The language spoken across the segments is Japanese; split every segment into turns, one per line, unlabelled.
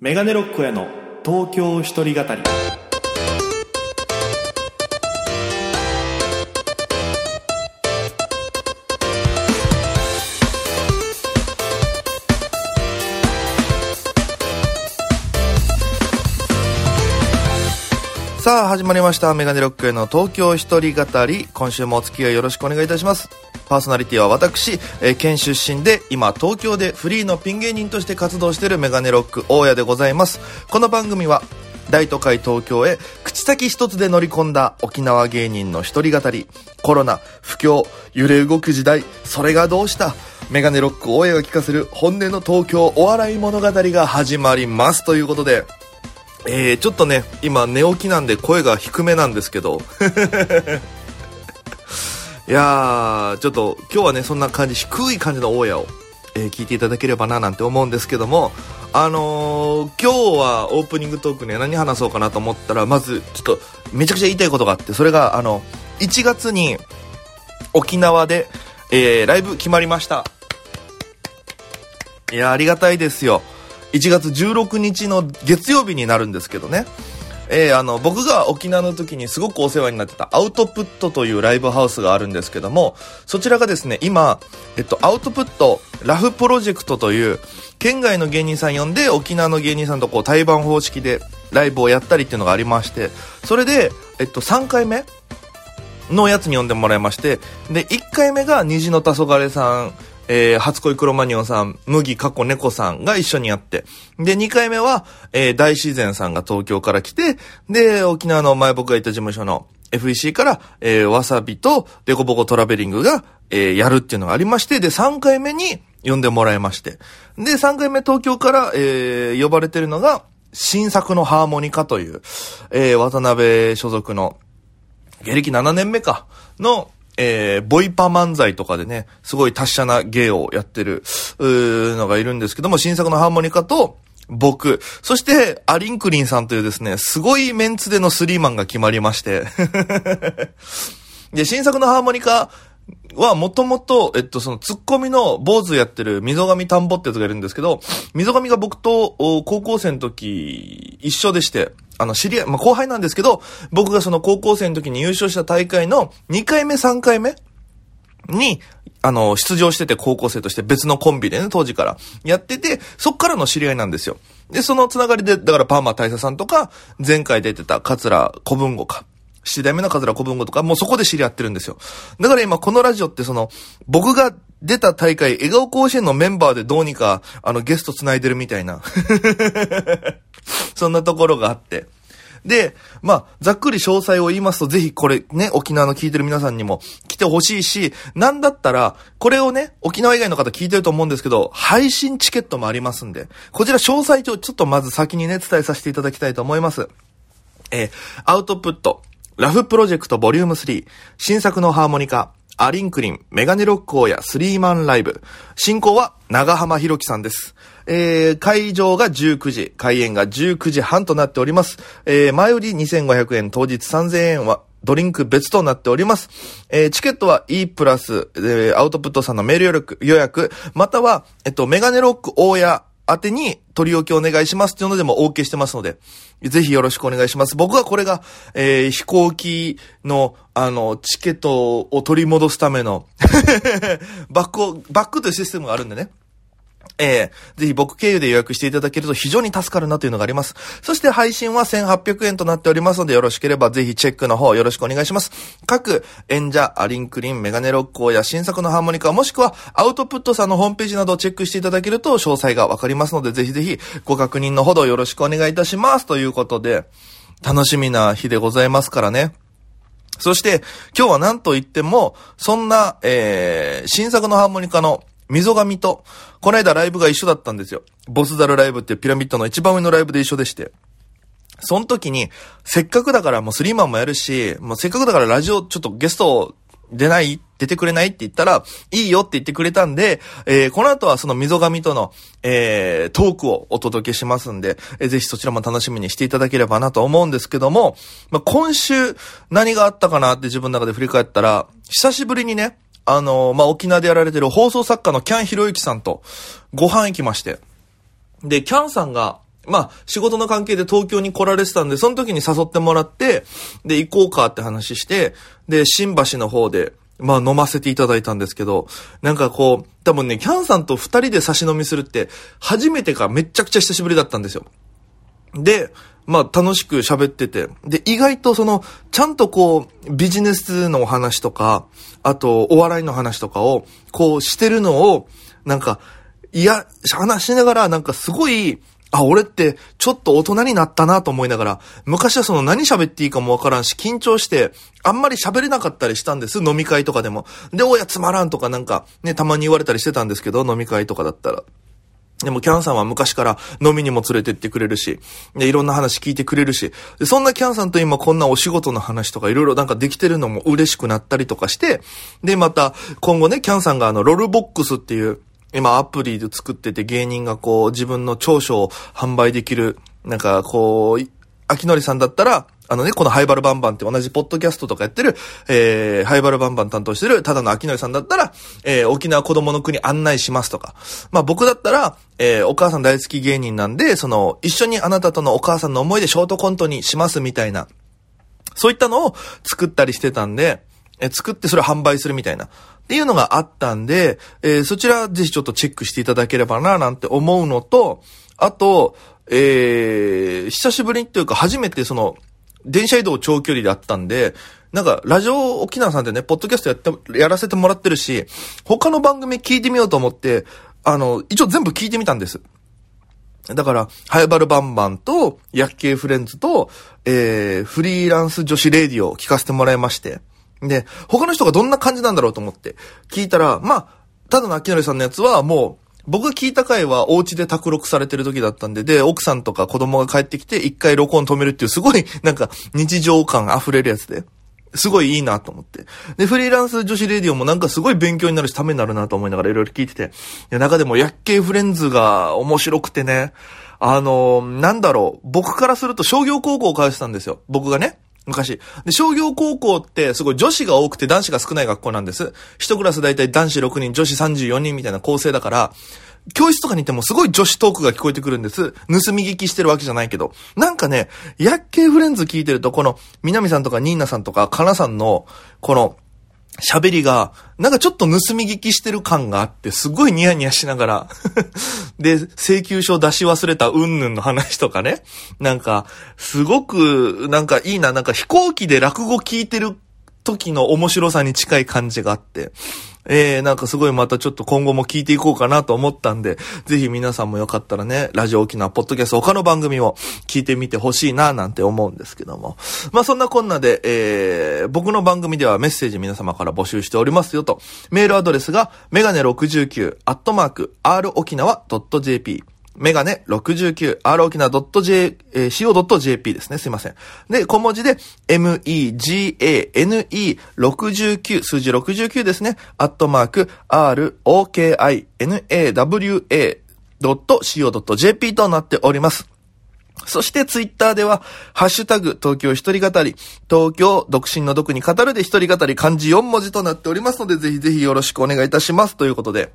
メガネロックへの東京一人語り。
さあ始まりましたメガネロックへの東京一人語り今週もお付き合いよろしくお願いいたしますパーソナリティは私、えー県出身で今東京でフリーのピン芸人として活動しているメガネロック大家でございますこの番組は大都会東京へ口先一つで乗り込んだ沖縄芸人の一人語りコロナ不況揺れ動く時代それがどうしたメガネロック大家が聞かせる本音の東京お笑い物語が始まりますということでえー、ちょっとね、今寝起きなんで声が低めなんですけど。 いやー、ちょっと今日はね、そんな感じ、低い感じの大家を、えー聞いていただければななんて思うんですけども、あのー今日はオープニングトークね、何話そうかなと思ったら、まず、ちょっと、めちゃくちゃ言いたいことがあって、それが、あの、1月に沖縄で、えーライブ決まりました。いや、ありがたいですよ。1月16日の月曜日になるんですけどね。えーあの、僕が沖縄の時にすごくお世話になってたアウトプットというライブハウスがあるんですけども、そちらがですね、今、えっと、アウトプットラフプロジェクトという、県外の芸人さん呼んで、沖縄の芸人さんとこう対バン方式でライブをやったりっていうのがありまして、それで、えっと、3回目のやつに呼んでもらいまして、で、1回目が虹の黄昏さん、えー、初恋クロマニオンさん、麦過去猫さんが一緒にやって、で、2回目は、えー、大自然さんが東京から来て、で、沖縄の前僕がいた事務所の FEC から、えー、わさびとデコボコトラベリングが、えー、やるっていうのがありまして、で、3回目に呼んでもらいまして、で、3回目東京から、えー、呼ばれてるのが、新作のハーモニカという、えー、渡辺所属の、芸歴7年目か、の、えー、ボイパ漫才とかでね、すごい達者な芸をやってる、うーのがいるんですけども、新作のハーモニカと、僕、そして、アリンクリンさんというですね、すごいメンツでのスリーマンが決まりまして、で、新作のハーモニカはもともと、えっと、そのツッコミの坊主やってる溝上田んぼってやつがいるんですけど、溝上が僕とお高校生の時一緒でして、あの、知り合い、まあ、後輩なんですけど、僕がその高校生の時に優勝した大会の2回目3回目に、あの、出場してて高校生として別のコンビでね、当時からやってて、そっからの知り合いなんですよ。で、そのつながりで、だからパーマ大佐さんとか、前回出てた桂小文吾か。七代目の桂小文吾とか、もうそこで知り合ってるんですよ。だから今このラジオってその、僕が出た大会、笑顔甲子園のメンバーでどうにか、あの、ゲスト繋いでるみたいな。そんなところがあって。で、まあ、ざっくり詳細を言いますと、ぜひこれね、沖縄の聞いてる皆さんにも来てほしいし、なんだったら、これをね、沖縄以外の方聞いてると思うんですけど、配信チケットもありますんで、こちら詳細をちょっとまず先にね、伝えさせていただきたいと思います。えーアウトプット、ラフプロジェクトボリューム3、新作のハーモニカ、アリンクリン、メガネロックオーヤスリーマンライブ。進行は長浜博樹さんです。えー、会場が19時、開演が19時半となっております。えー、前売り2500円、当日3000円は、ドリンク別となっております。えーチケットは E プラス、えーアウトプットさんのメール予約、予約または、えっと、メガネロック大家宛てに取り置きお願いしますっていうのでも OK してますので、ぜひよろしくお願いします。僕はこれが、えー飛行機の、あの、チケットを取り戻すための バックを、バックというシステムがあるんでね。ええぜひ僕経由で予約していただけると非常に助かるなというのがあります。そして配信は1800円となっておりますので、よろしければぜひチェックの方よろしくお願いします。各演者、アリンクリン、メガネロックや新作のハーモニカ、もしくはアウトプットさんのホームページなどをチェックしていただけると詳細がわかりますので、ぜひぜひご確認のほどよろしくお願いいたします。ということで、楽しみな日でございますからね。そして、今日は何と言っても、そんな、えー、新作のハーモニカの溝上と、この間ライブが一緒だったんですよ。ボスザルライブっていうピラミッドの一番上のライブで一緒でして。その時に、せっかくだからもうスリーマンもやるし、もうせっかくだからラジオちょっとゲスト出ない出てくれないって言ったら、いいよって言ってくれたんで、えーこの後はその溝上との、えートークをお届けしますんで、えーぜひそちらも楽しみにしていただければなと思うんですけども、まあ、今週何があったかなって自分の中で振り返ったら、久しぶりにね、あのーまあ、沖縄でやられてる放送作家のキャンひろゆきさんとご飯行きまして、で、キャンさんが、まあ、仕事の関係で東京に来られてたんで、その時に誘ってもらって、で、行こうかって話して、で、新橋の方で、まあ、飲ませていただいたんですけど、なんかこう、多分ね、キャンさんと二人で差し飲みするって、初めてかめっちゃくちゃ久しぶりだったんですよ。で、まあ楽しく喋ってて。で、意外とその、ちゃんとこう、ビジネスのお話とか、あと、お笑いの話とかを、こうしてるのを、なんか、いや、話しながら、なんかすごい、あ、俺って、ちょっと大人になったなと思いながら、昔はその何喋っていいかもわからんし、緊張して、あんまり喋れなかったりしたんです、飲み会とかでも。で、おやつまらんとかなんか、ね、たまに言われたりしてたんですけど、飲み会とかだったら。でもキャンさんは昔から飲みにも連れてってくれるし、で、いろんな話聞いてくれるし、でそんなキャンさんと今こんなお仕事の話とかいろいろなんかできてるのも嬉しくなったりとかして、で、また今後ね、キャンさんがあの、ロルボックスっていう、今アプリで作ってて芸人がこう自分の長所を販売できる、なんかこう、秋典さんだったら、あのね、このハイバルバンバンって同じポッドキャストとかやってる、えー、ハイバルバンバン担当してる、ただの秋典さんだったら、えー、沖縄子供の国案内しますとか。まあ僕だったら、えー、お母さん大好き芸人なんで、その、一緒にあなたとのお母さんの思いでショートコントにしますみたいな。そういったのを作ったりしてたんで、えー作ってそれを販売するみたいな。っていうのがあったんで、えーそちらぜひちょっとチェックしていただければな、なんて思うのと、あと、えー久しぶりというか初めてその、電車移動長距離だったんで、なんか、ラジオ沖縄さんでね、ポッドキャストやって、やらせてもらってるし、他の番組聞いてみようと思って、あの、一応全部聞いてみたんです。だから、ハイバルバンバンと、薬系フレンズと、えー、フリーランス女子レディオを聞かせてもらいまして。で、他の人がどんな感じなんだろうと思って、聞いたら、まあ、ただの秋典さんのやつはもう、僕が聞いた回はお家で卓録されてる時だったんで、で、奥さんとか子供が帰ってきて一回録音止めるっていうすごい、なんか、日常感溢れるやつで。すごいいいなと思って。で、フリーランス女子レディオもなんかすごい勉強になるし、ためになるなと思いながらいろいろ聞いてて。いや、中でも、薬系フレンズが面白くてね。あのーなんだろう。僕からすると商業高校を通ってたんですよ。僕がね。昔。で、商業高校ってすごい女子が多くて男子が少ない学校なんです。一クラスだいたい男子6人、女子34人みたいな構成だから、教室とかにいてもすごい女子トークが聞こえてくるんです。盗み聞きしてるわけじゃないけど。なんかね、薬系フレンズ聞いてると、この、南さんとかニーナさんとか、かなさんの、この、喋りが、なんかちょっと盗み聞きしてる感があって、すごいニヤニヤしながら。 で、請求書出し忘れたうんぬんの話とかね。なんか、すごく、なんかいいな、なんか飛行機で落語聞いてる時の面白さに近い感じがあって。えー、なんかすごいまたちょっと今後も聞いていこうかなと思ったんで、ぜひ皆さんもよかったらね、ラジオ沖縄ポッドキャスト他の番組を聞いてみてほしいななんて思うんですけども。まあそんなこんなで、えー、僕の番組ではメッセージ皆様から募集しておりますよと。メールアドレスが、メガネ69、アットマーク、r 沖縄 .jp。メガネ 69rokina.co.jp ですね。すいません。で、小文字で megane69 数字69ですね。アットマーク rokinawa.co.jp となっております。そしてツイッターでは、ハッシュタグ、東京一人語り、東京、独身の独に語るで一人語り、漢字4文字となっておりますので、ぜひぜひよろしくお願いいたします。ということで、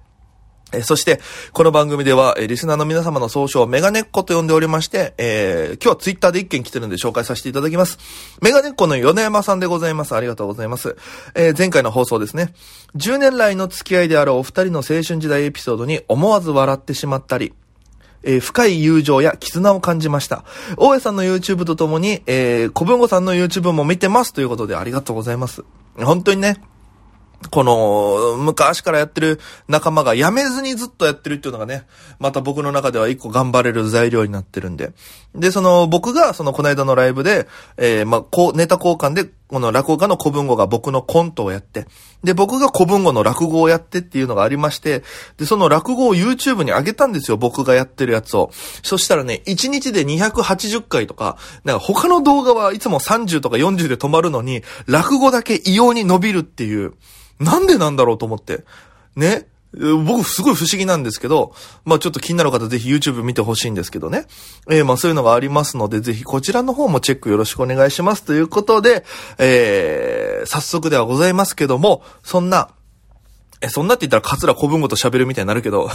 えーそして、この番組では、えーリスナーの皆様の総称をメガネっ子と呼んでおりまして、えー今日はツイッターで一件来てるんで紹介させていただきます。メガネっ子の米山さんでございます。ありがとうございます。えー前回の放送ですね。10年来の付き合いであるお二人の青春時代エピソードに思わず笑ってしまったり、えー深い友情や絆を感じました。大江さんの YouTube とともに、えー小文吾さんの YouTube も見てますということでありがとうございます。本当にね、この、昔からやってる仲間が辞めずにずっとやってるっていうのがね、また僕の中では一個頑張れる材料になってるんで。で、その、僕が、その、この間のライブで、えーまあ、こう、ネタ交換で、この落語家の古文語が僕のコントをやって、で、僕が古文語の落語をやってっていうのがありまして、で、その落語を YouTube に上げたんですよ、僕がやってるやつを。そしたらね、1日で280回とか、なんか他の動画はいつも30とか40で止まるのに、落語だけ異様に伸びるっていう、なんでなんだろうと思って。ねえー僕すごい不思議なんですけど、まあちょっと気になる方ぜひ YouTube 見てほしいんですけどね。えーまあそういうのがありますので、ぜひこちらの方もチェックよろしくお願いしますということで、えー、早速ではございますけども、そんな、
え、そんなって言ったら、桂小文吾と喋るみたいになるけど、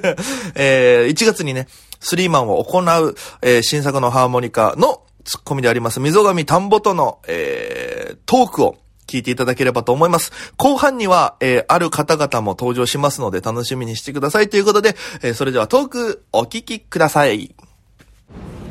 えー1月にね、スリーマンを行う、えー新作のハーモニカのツッコミであります、溝上田んぼとの、えートークを聞いていただければと思います。後半には、えーある方々も登場しますので、楽しみにしてくださいということで、えーそれではトーク、お聞きください。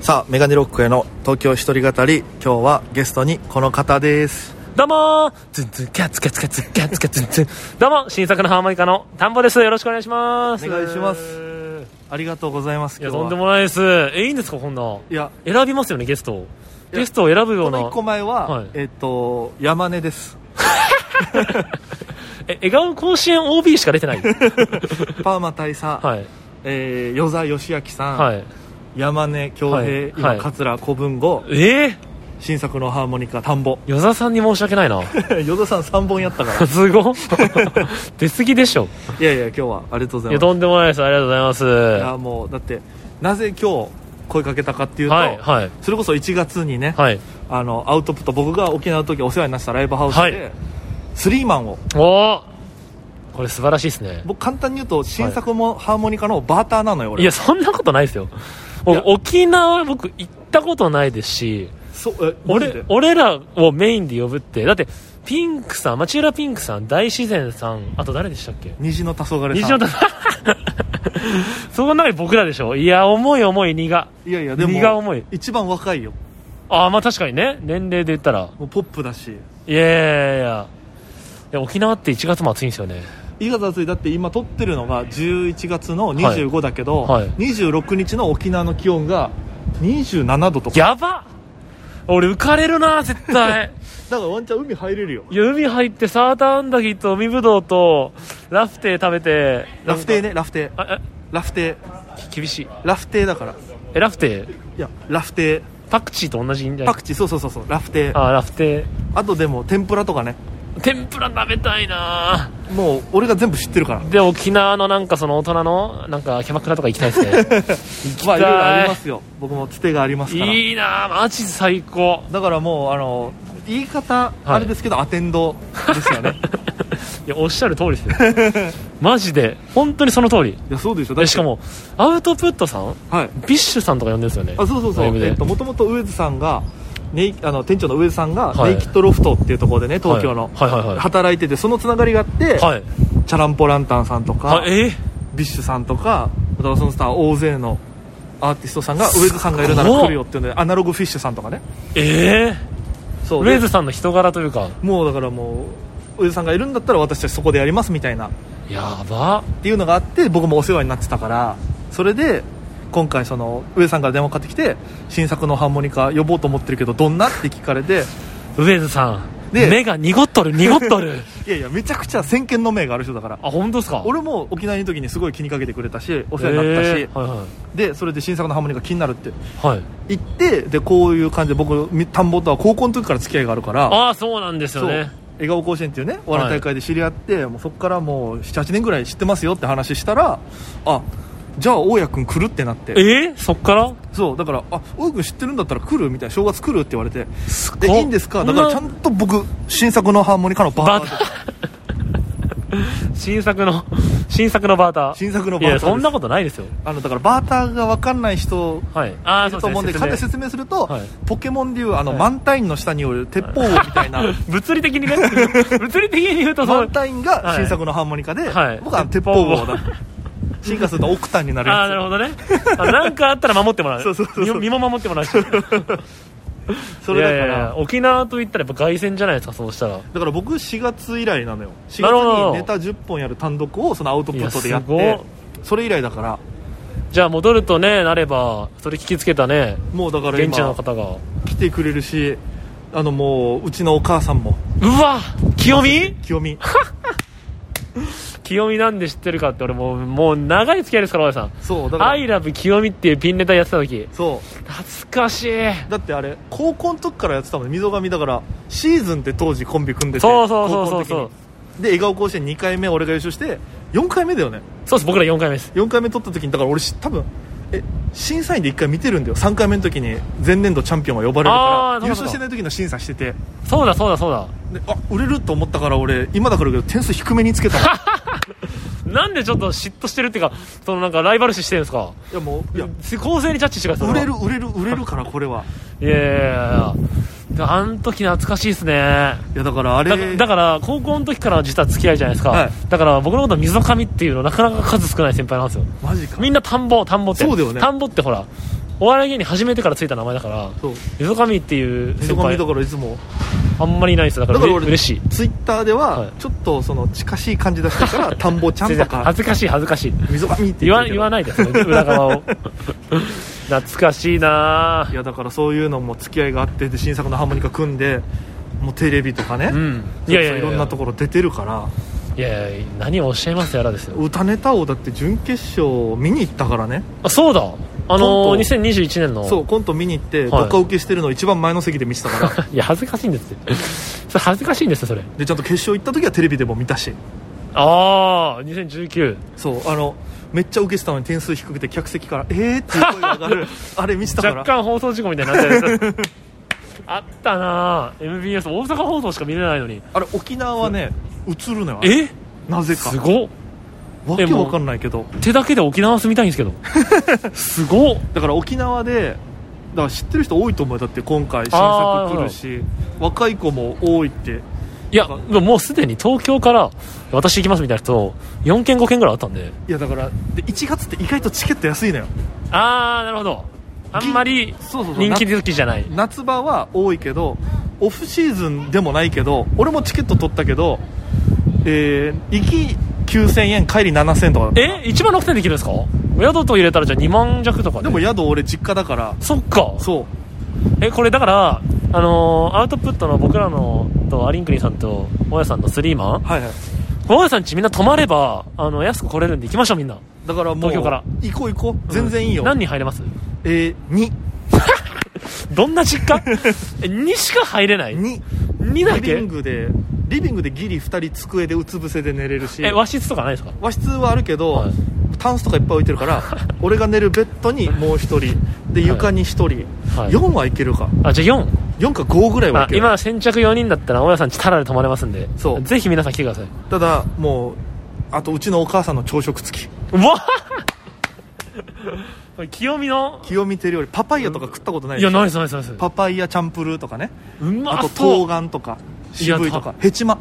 さあ、メガネロックへの東京一人語り、今日はゲストにこの方です。
どうもーズンズンキャッツキャッツキャッツキャッツキャッツンツンどうも新作のハーモニカの田んぼですよろしくお願いします
お願いします
い
ありがとうございます。
や
今日
と
は
んでもないですえいいんですかこんない
や、
選びますよねゲストを
いや
ゲストを選ぶよ
こ
う
の
な
一個前は、
はい
えっ、と、山根 です。
え笑顔甲子園 OB しか出 てない
パーマ大佐、
はい
えー、与座義明さん、
はい
山根恭平、
はい
今、
はい
桂小文吾、
えー、
新作のハーモニカ、田んぼ。
与座さんに申し訳ないな
与座さん3本やった から。
すごっ出過ぎでしょ
いやいや、今日はありがとうござ
い
います。
やとんでもないですありがとうございます
いや、もう、だって、なぜ今日声かけたかっていうと、
はいはい
それこそ1月にね、
はい
あの、アウトプット、僕が沖縄の時お世話になったライブハウスで、
はい
スリーマンを、
おーこれ素晴らしいですね
僕簡単に言うと、新作も、ハーモニカのバーターなのよ、俺。
いや、そんなことないですよ。
いや
お沖縄、僕、行ったことないですし、
そう、え、マジで
俺、俺らをメインで呼ぶって、だって、ピンクさん、町浦ピンクさん、大自然さん、あと誰でしたっけ
虹の黄昏
西
さ
野
ん。
太 その中に僕らでしょいや、重い重い、荷が。
いやいや、でも、
荷が重い
一番若いよ。
ああ、まあ確かにね、年齢で言ったら。
もうポップだし。
いやいやいやいや。沖縄って1月も暑いんですよね。
伊賀雑いだって今撮ってるのが11月の25だけど、
はいはい
26日の沖縄の気温が27度とか。
やば俺浮かれるな、絶対。
だからワンチャン海入れるよ。
いや海入ってサーターアンダギーと海ぶどうとラフテー食べて
ラフテーね、ラフテー。
あ
ラフテー。
え厳しい
ラフテーだから。い
えラフテー
や、ラフテー。
パクチーと同じんじゃな
パ
い
クチー、そうそうそうそう、ラフテー。
あラフテ
あとでも天ぷらとかね。
ー天ぷら食べたいな
もう俺が全部知ってるから。
で沖縄のなんかその大人のなんかキャバクラとか行きたいです ね
まあいろいろありますよ。僕もつてがありますから。
いいなマジ最高
だからもう、あの、言い方、あれですけど、アテンドですよね。
いやおっしゃる通りですねマジで本当にその通り
いや、そうでしょ。だって
えしか。もアウトプットさん
はい。
ビッシュさんとか呼んでるんですよね
あそうそうそう
ライブで
えっともともと上津さんがネイあの店長の上津さんが、
はい
ネイキッドロフトっていうところでね東京の、
はいはいはいは
働いててそのつながりがあって、
いはい
チャランポランタンさんとか、
あえ
ビッシュさんとかまたそのスター大勢のアーティストさんが上津さんがいるなら
すごっ
来るよっていうのでアナログフィッシュさんとかね
ええ
そう
ウェイ
で
ズさんの人柄というか
もうだからもう上津さんがいるんだったら私たちそこでやりますみたいなっ
やば
ていうのがあって僕もお世話になってたからそれで今回その上津さんから電話かかってきて新作のハーモニカ呼ぼうと思ってるけどどんなって聞かれて
ウェイズさん
で
目が濁っとる濁っ とる
いやいやめちゃくちゃ先見の明がある人だから
あ本当ですか
俺も沖縄にいる時にすごい気にかけてくれたしお世話になったし、
えーは
でそれで新作のハーモニカ気になるって
いはい、はい、
言ってでこういう感じで僕み田んぼとは高校の時から付き合いがあるから
ああそうなんですよ
そう
ね
笑顔甲子園っていうねお笑い大会で知り合って、もうそこからもう78年ぐらい知ってますよって話したらあじゃあ大家君来るってなって
えー、そっから
そうだからあ大家君知ってるんだったら来るみたいな正月来るって言われて
す
でいいんですかだからちゃんと僕新作のハーモニカのバーター
バ
で
タ新作の 新作のバーター
新作のバー
い
ターで
や
す
そんなことないですよ
あのだからバーターが分かんない人
はいああそ
と思うんで
すね
簡単に説明すると、
はい
ポケモンでいうあの、マンタインの下による鉄砲王みたいな、
物理的にね物理的に言うとそ
マン
う
タインが新作のハーモニカで、
はい
僕はあの鉄砲王だ進化するとオクタンになる
ああなる
や
ほどねあなんかあったら守ってもらう
そうそうそうそう
身も身も守ってもらうしそ
つそれだから
いやいやいや沖縄といったらやっぱ凱旋じゃないですかそうしたら
だから僕4月以来なのよ4月
なるほど
にネタ10本やる単独をそのアウトプットでやっ
いや
て
す
それ以来だから
じゃあ戻るとねなればそれ聞きつけたね
もうだから
現地
今
の方が
来てくれるしあのもううちのお母さんも
うわ清美
清美
清美なんで知ってるかって俺もうもう長い付き合いですから大家さん
そう
「
だから
アイラブ清美」っていうピンネタやってた時
そう
懐かしい
だってあれ高校の時からやってたもん溝上だからシーズンって当時コンビ組んでて
そうそうそうそ
高
う
校
そ
の
う
時にで笑顔甲子園2回目俺が優勝して4回目だよね
そうです僕ら4回目です
4回目取った時にだから俺し多分え審査員で1回見てるんだよ3回目の時に前年度チャンピオンが呼ばれる
あ
か
ー
ら優
なるほど
勝してない時の審査してて
そうだそうだそうだ
であ売れると思ったから俺今だから言うけど点数低めにつけたの
なんでちょっと嫉妬してるっていうか、そのなんかライバル視してるんですか
いやもういや
公正にジャッジしてください。
売れる売れる売れるからこれは
いやいやいやいや。あの時懐かしいですね。
いやだからあ
だ
れ
だから、高校の時から実は付き合いじゃないですか。
はい
だから、僕のことは溝上っていうの、なかなか数少ない先輩なんですよ。
マジか
みんな田んぼ、田んぼって。
そうだよね
田んぼってほら、お笑い芸人始めてからついた名前だから、
そう
溝上っていう
溝
先
上
輩
だ、からいつも
あんまりいないんですよ。だ
だ
か、
からら
うれ
俺
嬉しい。
ツイッターで
はい
はちょっとその近しい感じ出した から田んぼちゃん
全然
とか
恥ずかしい、恥ずかしい。
溝上って
言
言っ
わ
てるけど
言わないですね、裏側 を。懐かしいないぁ
やだからそういうのも付き合いがあってで新作のハーモニカ組んでもうテレビとかね、
うん。い
いやいや
やいや
いろんなところ出てるから
いやいや、何をおっしゃいますやらですよ。
歌ネタをだって準決勝見に行ったからね
あ、そうだあ
コ
のー、
ント
2021年の。
そうコント見に行って
はい
どっか受けしてるの一番前の席で見てたから
いや、恥ずかしいんですよ。それ恥ずかしいんですよ、それ。
でちゃんと決勝行った時はテレビでも見たし
ああ、2019。
そうあのめっちゃ受けてたのに点数低くて客席から「えー?」っていう声が上が るあれ見てたから
若干放送事故みたいになってるやつ あったなぁ MBS 大阪放送しか見れないのに
あれ沖縄はね映るのよあれ
え
なぜか
すごっ
わけわかんないけど
手だけで沖縄住みたいんです けどすごっ
だから沖縄でだから知ってる人多いと思うよだって今回新作来るし若い子も多いって
いやもうすでに東京から私行きますみたいな人4件5件ぐらいあったんで
いやだからで1月って意外とチケット安いのよ
ああなるほどあんまり
そうそうそう
人気時じゃない
な夏場は多いけどオフシーズンでもないけど俺もチケット取ったけどえー行き9000円帰り7000とかだった
え一1万6点できるんですか宿と入れたらじゃあ2万弱とか
でも宿俺実家だから
そっか
そ
えこれだからあのーアウトプットの僕らのとアリンクリンさんと大家さんのスリーマ
う
ン
はいはい
大家さんちみんな泊まればあの安く来れるんで行きましょうみんな
だからもう
東京から
行こう行こう全然いいよ、
何人入れます
えー、2
どんな実 家え2しか入れない
2
2だ
リビ
け
ングでリビングでギリ2人机でうつ伏せで寝れるし
え和室とかないですか
和室はあるけど、
はい
タンスとかいっぱい置いてるから 俺が寝るベッドにもう1人で床に1人、
はい
4はいけるか
あじゃあ4
4か5ぐらいはい
あ
ける
今先着4人だったら大家さんちタダで泊まれますんで
そう
ぜひ皆さん来てください
ただもうあとうちのお母さんの朝食付き
うわこれ清美の
清見てるよりパパイヤとか食ったことない
い
でしょ
やないですないですないです
パパイヤチャンプルーとかね
う
あ
ま
と
そ
冬
う
瓜とか
いや
渋いとか
た
ヘチマ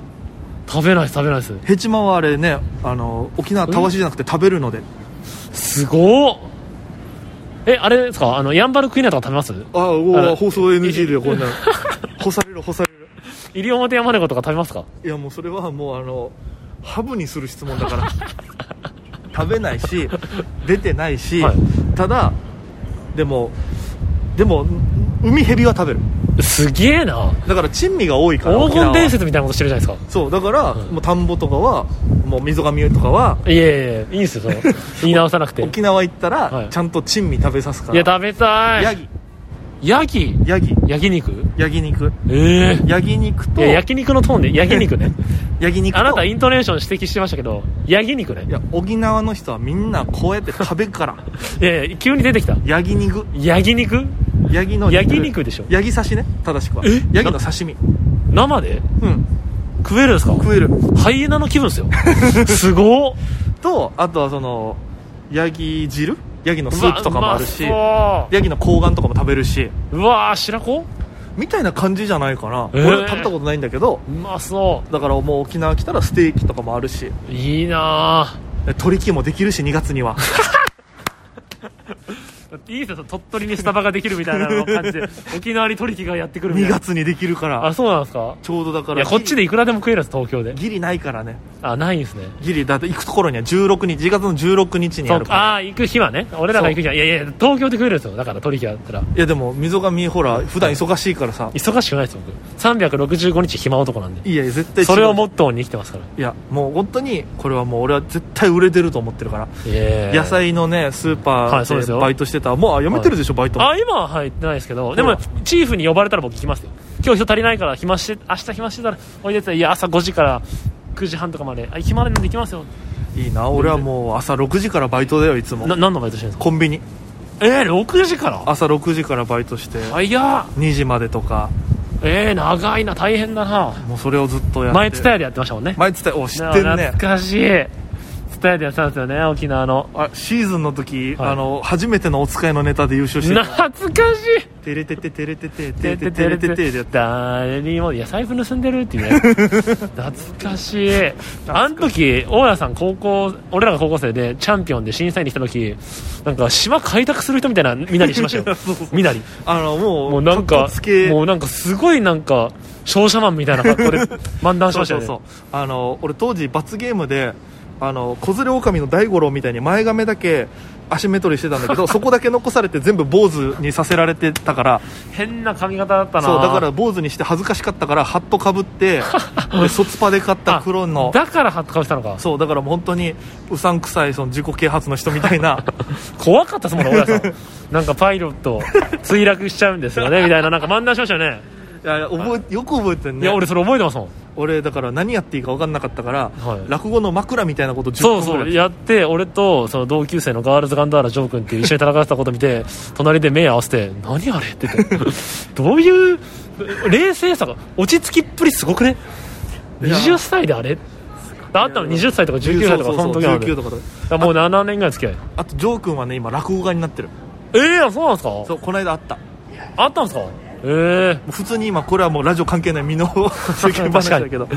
食べないです食べないです
ヘチマはあれねあの沖縄たわしじゃなくて食べるので、
すごっえあれですかあのヤンバルクイナとか食べます
ああうわ
あ
放送 NG でこんなの干される干される
西表山猫とか食べますか
いやもうそれはもうあのハブにする質問だから 食べないし出てないし、
はい
ただでもでも海蛇は食べる
すげえな
だから珍味が多いから
黄
沖縄
金
は
伝説みたいなことしてるじゃないです
そうだから、もう田んぼとかはもう溝上とかは
かいやいやいやいいんですよ その言い直さなくてい
沖縄行ったら、
はい
ちゃんと珍味食べさすから
や食べたい
ヤギ
ヤギ
ヤギ
焼肉
ヤギ肉
ええ
ヤギ肉と
いや焼肉のトーンで焼肉ね
ヤギ肉と
あなたイントネーション指摘してましたけど焼肉ね
いや沖縄の人はみんなこうやって食べるから
いやいや急に出てきた
ヤギ肉
焼肉
ヤギの
ヤギ肉でしょ
ヤギ刺しね正しくは
え
ヤギの刺身
生で
うん
食えるんですか
食える
ハイエナの気 分ですよすごっ
とあとはそのヤギ汁ヤギのスープとかもあるし
うわうまそう
ヤギの睾丸とかも食べるし
うわー白子
みたいな感じじゃないかな、
えー
俺は食べたことないんだけど
うまそ
だからもう沖縄来たらステーキとかもあるし
ういいな
鳥木もできるし2月に は
ぁいいですよ鳥取にスタバができるみたいなの感 じで沖縄に取引がやってくるみた
2
いな
月にできるから
あそうなんですか
ちょうどだか
い
ら
やこっちでいくらでも食えるんです東京で
ギリないからね
あないんですね
ギリだって行くところには16日1月の16日に
そ
あ
う
るから
ああー行く日はね俺らが行く日はいやいや東京で食えるんですよだから取引だったら
いやでも溝上ほら普段忙しいからさ
忙しくないです僕365日暇男なんで
いやいや絶対違う
それをモットーに生きてますから
いやもう本当にこれはもう俺は絶対売れてると思ってるから、
野
野菜のねスー
は
パ
いそう
ー
です
で
よ
バイトしてた、もうあやめてるでしょ、バイト
あ今は入ってないですけどでも
ほ
チーフに呼ばれたら僕来ますよ今日人足りないから暇して明日暇してたらおいでっていや朝5時から9時半とかまであ暇なんで行きますよ
いいな俺はもう朝6時からバイトだよいつも
な何のバイトしてるんですか
コンビニ
えー、6時から
朝6時からバイトして
あいや
2時までとか
えー、長いな大変だな
もうそれをずっとやって
前ツタヤでやってましたもんね
前伝えお知ってるね
懐かしいツタヤでやってたんですよね、沖縄の。
あシーズンの時、
はい
あの初めてのお使いのネタで優勝して
懐
た
かしい
テレテテテレテテテ
て
レテテ
てて
レ
れ
テ
て
テ
て
でやった
誰にも、いや、財布盗んでるっていうね。懐かしい。あの時、大家さん高校、俺らが高校生でチャンピオンで審査員に来た時、なんか島開拓する人みたいな、みなりしましたよ。みなり。
あのもう
もうなん
こ
か
こつけ、
もうなんかすごいなんか、商社マンみたいな格好で漫談し
そう
ました
そ
よ
う
ね。
そうあの俺当時罰ゲームであの子連れ狼の大五郎みたいに前髪だけ足目取りしてたんだ けどそこだけ残されて全部坊主にさせられてたから
変な髪型だったな
そうだから坊主にして恥ずかしかったからハットかぶって で卒パで買った黒の
だからハットかぶしたのか
そうだからもう本当にうさんくさいその自己啓発の人みたい な
怖かったですもんね大家さんなんかパイロット墜落しちゃうんですよねみたいななんか漫談しましたよね
いや覚えよく覚えてんね
いや俺それ覚えてますもん
俺だから何やっていいか分かんなかったから、
はい
落語の枕みたいなこと10
そう
分ぐ
そ
ら
う
い
やって俺とその同級生のガールズガンダーラジョー君っていう一緒に戦ってたこと見て隣で目合わせて何あれって言って どういう冷静さが落ち着きっぷりすごくね
いや
20歳であれあったの20歳とか19歳とかその時なので
19
だ
とかだ
からもう7年ぐらい付き合い
あとジョー君はね今落語家になってる
ええそうなんですか
そうこの間あったも
あったんですかええ
う普通に今これはもうラジオ関係ない身の 世間話だけど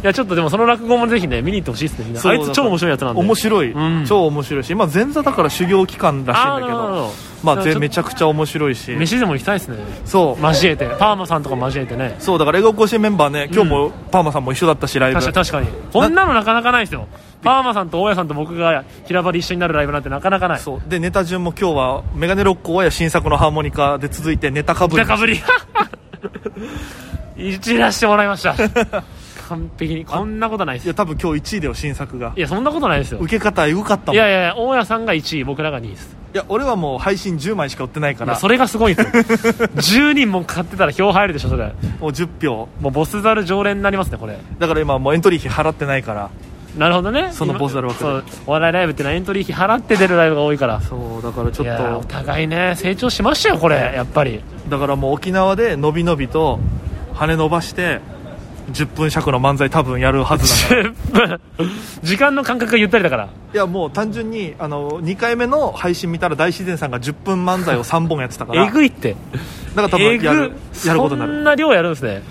いやちょっとでもその落語もぜひね見に行ってほしいですねみんな
そう
あいつ超面白いやつなんで
面白い、
うん
超面白いし今前座だから修行期間らしいんだ
あー
けど
なるほどなるほ
ま
だ
あ
からちょ
ぜ
っと
めちゃくちゃ面白いし
ど飯でも行きたいですね
そう
交えてパーマさんとか交えてね
そうだから映画甲子園メンバーね今日もパーマさんも一緒だったしライブ
確かに確かにこんなのなかなかないですよパーマさんと大家さんと僕が平場で一緒になるライブなんてなかなかない
そうでネタ順も今日はメガネ六甲や新作のハーモニカで続いてネタかぶり
ネタかぶり 一らしてもらいました完璧にこんなことないで
い
す
や多分今日1位だよ新作が
いやそんなことないですよ
受け方エグかったもん
いやいやいや大家さんが1位僕らが2位です
いや俺はもう配信10枚しか売ってないか
いや
ら
それがすごいんですよ10人も買ってたら票入るでしょそれ
もう10票
もうボスザル常連になりますねこれ
だから今もうエントリー費払ってないから
なるほどね
そのボスザル枠で
そうお笑いライブってのはエントリー費払って出るライブが多いから
そうだからち
いやーお互いね成長しましたよこれやっぱり
だからもう沖縄で伸び伸びと羽伸ばして10分尺の漫才多分やるはずだから
時間の感覚がゆったりだから
いやもう単純にあの2回目の配信見たら大自然さんが10分漫才を3本やってたから
えぐいって
だから多分
え
や
ぐ
るやることにな
そ
る
んな量やるんですね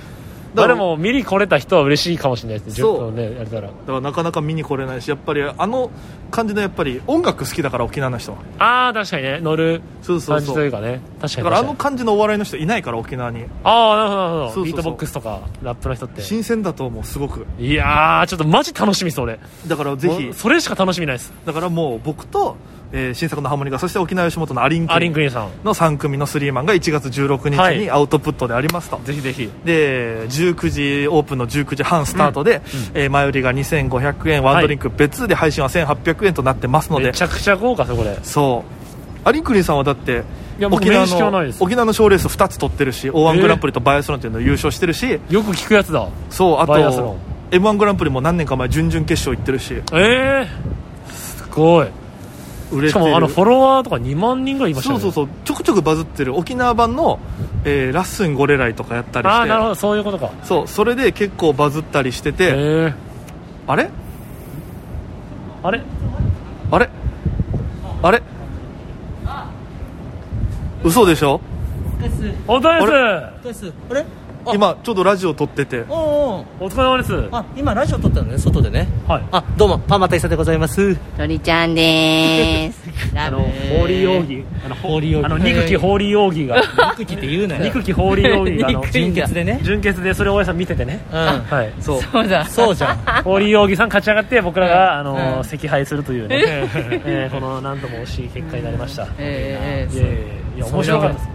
ま
だか
あで
ら
も見に来れた人は嬉しいかもしれないですね
そう
10分ねやれたら
だからなかなか見に来れないしやっぱりあの感じのやっぱり音楽好きだから沖縄の人は
ああ確かにね乗る
そうそう
感じ
そう
というかね確か
だか
に
らあ
確か
の
に
感じのお笑いの人いないから沖縄に
ああなるほどな
そう
るほど
そうそう
ビートボックスとかラップの人って
新鮮だと思うすごく
いやーちょっとマジ楽しみです俺
だからぜ
お
ひ
それしか楽しみないです
だからもう僕と、えー新作のハーモニカそして沖縄吉本のアリン
アリン
ク
グリーンさん
の3組のスリーマンが1月16
は
日に
い
アウトプットでありますと、
ぜひぜひ
で19時オープンの19時半スタートで、えー前売りが2500円ワンドリンク別で配信は1800円となってますので、
めちゃくちゃ豪華ですよこれ
そうアリンクリンさんはだって
いやもう
沖縄
面識はない
の
です
沖縄の賞レース2つ取ってるし o 1グランプリとバイアスロンっていうのを優勝してるし、
よく聞くやつだ
そうあと
バイアスロン
m 1グランプリも何年か前準々決勝行ってるし
ええすごい
売れてる
しかもあのフォロワーとか2万人ぐらいいました
そ
よ
う
ね
そうそうちょくちょくバズってる沖縄版の、えーラッスンゴレライとかやったり
ああなる
し
ほどそういうことか
てそうそれで結構バズったりしてて、
ええ
あれ
あれ
あれあれ嘘でしょ
です。
本当です
です。あれ？あ
今ちょうどラジオ撮ってて
おお。
お疲れ様です
あ、今ラジオ撮ったのね、外でね。
はい
あ、どうもパーマ大佐でございます。
のりちゃんでーす。ラ
あ
ブ
のホーリー奥義あの
ホーリー奥義
あの肉気ホーリー奥義が
肉気って言うなよ。
肉気ホーリー奥義があの
肉気純潔でね
純潔でそれを大家さん見ててね
うん。
はい
そう。
そうだ
そうじゃん。
ホーリー奥義さん勝ち上がって僕らがあ
うん
の惜敗するというねえーこの何とも惜しい結果になりました
ええ
い
え
やいやいや面白かったです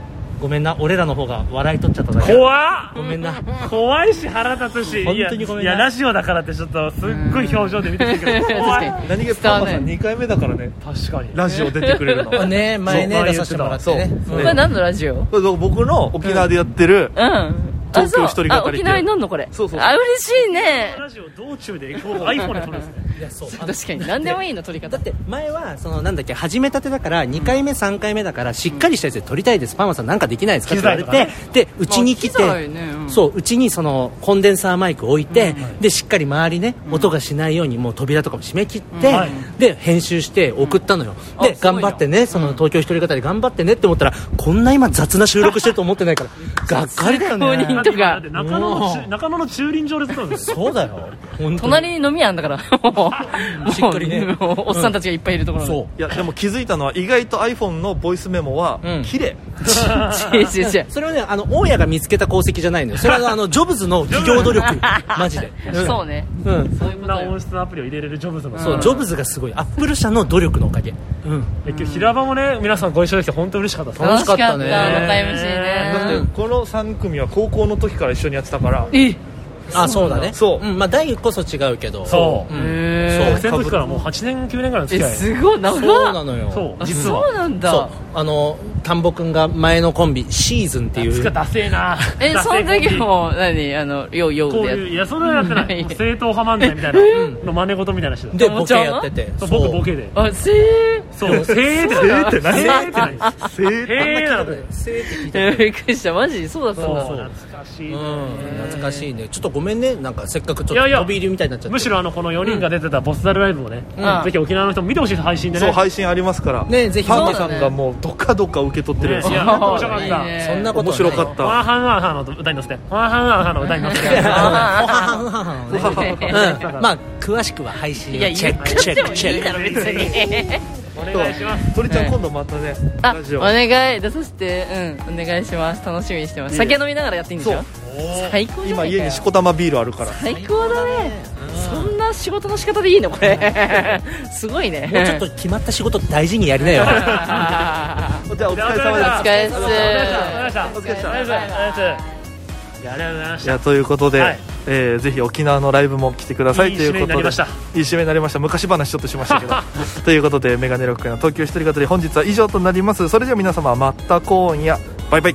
ごめんな、俺らの方が笑い取っちゃっただけ。
怖っ
ごめんな。
怖いし腹立つし
本当にごめん
いや
ない
やラジオだからってちょっとすっごい表情で見てるけど怖い
確
何気
伝
パ
わ
ン
ん
マ
ない
さん2回目だからね
確かに
ラジオ出てくれるの
あね、前
そ
ね
う
出させてもらってね。
そう
これ何のラジオ？
これ僕の沖縄でやってる
うん。あ、
東
そ
京
う。
一人
あ、
語り
沖縄に
で
なんのこれ。
そうそうそう
あ、嬉しいね。
ラジオ道中で iPhone で撮るんですね。
いやそうあの
確かに、何でもいいの、撮り
だ
方
っ。て前はそのなんだっけ始めたてだから2回目3回目だからしっかりしたやつで撮りたいですパンマさんなんかできないですかって言われ
機材
てでうちに来
まあ機材
て
ねうん
そううちにそのコンデンサーマイク置いてでしっかり周りね音がしないようにもう扉とかも閉め切って
はい
で編集して送ったのよ
あ
です
ごいな
頑張ってねその東京一人語り頑張ってねって思ったらこんな今雑な収録してると思ってない からがっかりだよ
雑な
ね
本当か
だって中野の
う
中、中野の駐輪場で撮ったんですよ。
そうだよ本当に
隣に飲み屋あんだから。もう
しっかりね
もう おっさんたちがいっぱいいるところ。
そう
いやでも気づいたのは意外と iPhone のボイスメモは
うん
綺麗、
違う違う違う。
それはねあの大家が見つけた功績じゃないのよそれは あのジョブズの企業努力マジで、うん
そうね。
うん
そういう
こ
こ
ん
と
な
よ
音質のアプリを入れれるジョブズの。
そうジョブズがすごいアップル社の努力のおかげうん
え今日平場もね、皆さんご一緒できて本当嬉しかったです。
楽しかったね
楽しかった仲良し
だっ
ね
てこの3組は高校の時から一緒にやってたから
え
あそうだね
そうん
まあ第一こそ違うけど
そう。
へ
学生の時からもう8年、9年ぐらいの
え
付き合い。
すごい長っ
そうなのよ
そう
あ
実は
そうなん
そう
だ
あの田んぼくんが前のコンビシーズンってい
つか
う
ダセえな
え
ダセ
その時も何あのようよう
こう
でや
いう
る
いやそれはやってな
う
い
ん
正統派漫才みたいなの真似事みたいな人
で
お
ボ
も
ケ
ちゃん
やってて
そう
そう
僕ボケで
あせー
そうせーって
えーって何
せーってない
せーって
へーなの
せーって聞いて
えーびっくりしたマジそうだったんだ
そう懐かしいね
うん懐かしいねちょっとごめんねなんかせっかくちょっと
いやいや
飛び入りみたいになっちゃって
むしろあのこの4人が出てたボスザルライブもね
うん
ぜひ沖縄の人も見てほしいです配信で
そう
ね
配信ありますから
ねぜひ
パンマ
そうだ
さ
ね
んがもうどっかどっか受け取ってるやつ、
ねいや
そう
面白かった
いいね
そんなこと
面
はない
白かっ
ワン
た
ハンワンハンの歌に乗せてワンハンワンハンの歌に乗せて
あー
ね
うんまあ詳しくは配信を
いや
チェ
言っ
ックチ
ちゃ
ェッ
って
ク
も
チェ
い
ッ
い
ク
だろ別に
お願いします
鳥ちゃ
うん
ん今度またね
あ
ラジ
お
オ
願い出させてうんお願いします楽しみにしてます酒飲みながらやっていいんでしょ最高じゃ
今
ない
家
か
に
よ
しこたまビールあるから
最高だねそんな仕事の仕方でいいのこれすごいね
もうち ょっと決まった仕事大事にやりなよ
じゃあお疲れ様で
お
す
疲
お疲れっす
お疲れ様でしたお疲れ様でしたいやありがとうございまし
い
た
やということで、
はい
えーぜひ沖縄のライブも来てください
いい
ということで
締めになりました
いい締めになりました昔話ちょっとしましたけ どということでメガネロックの東京一人語り本日は以上となりますそれでは皆様また今夜バイバイ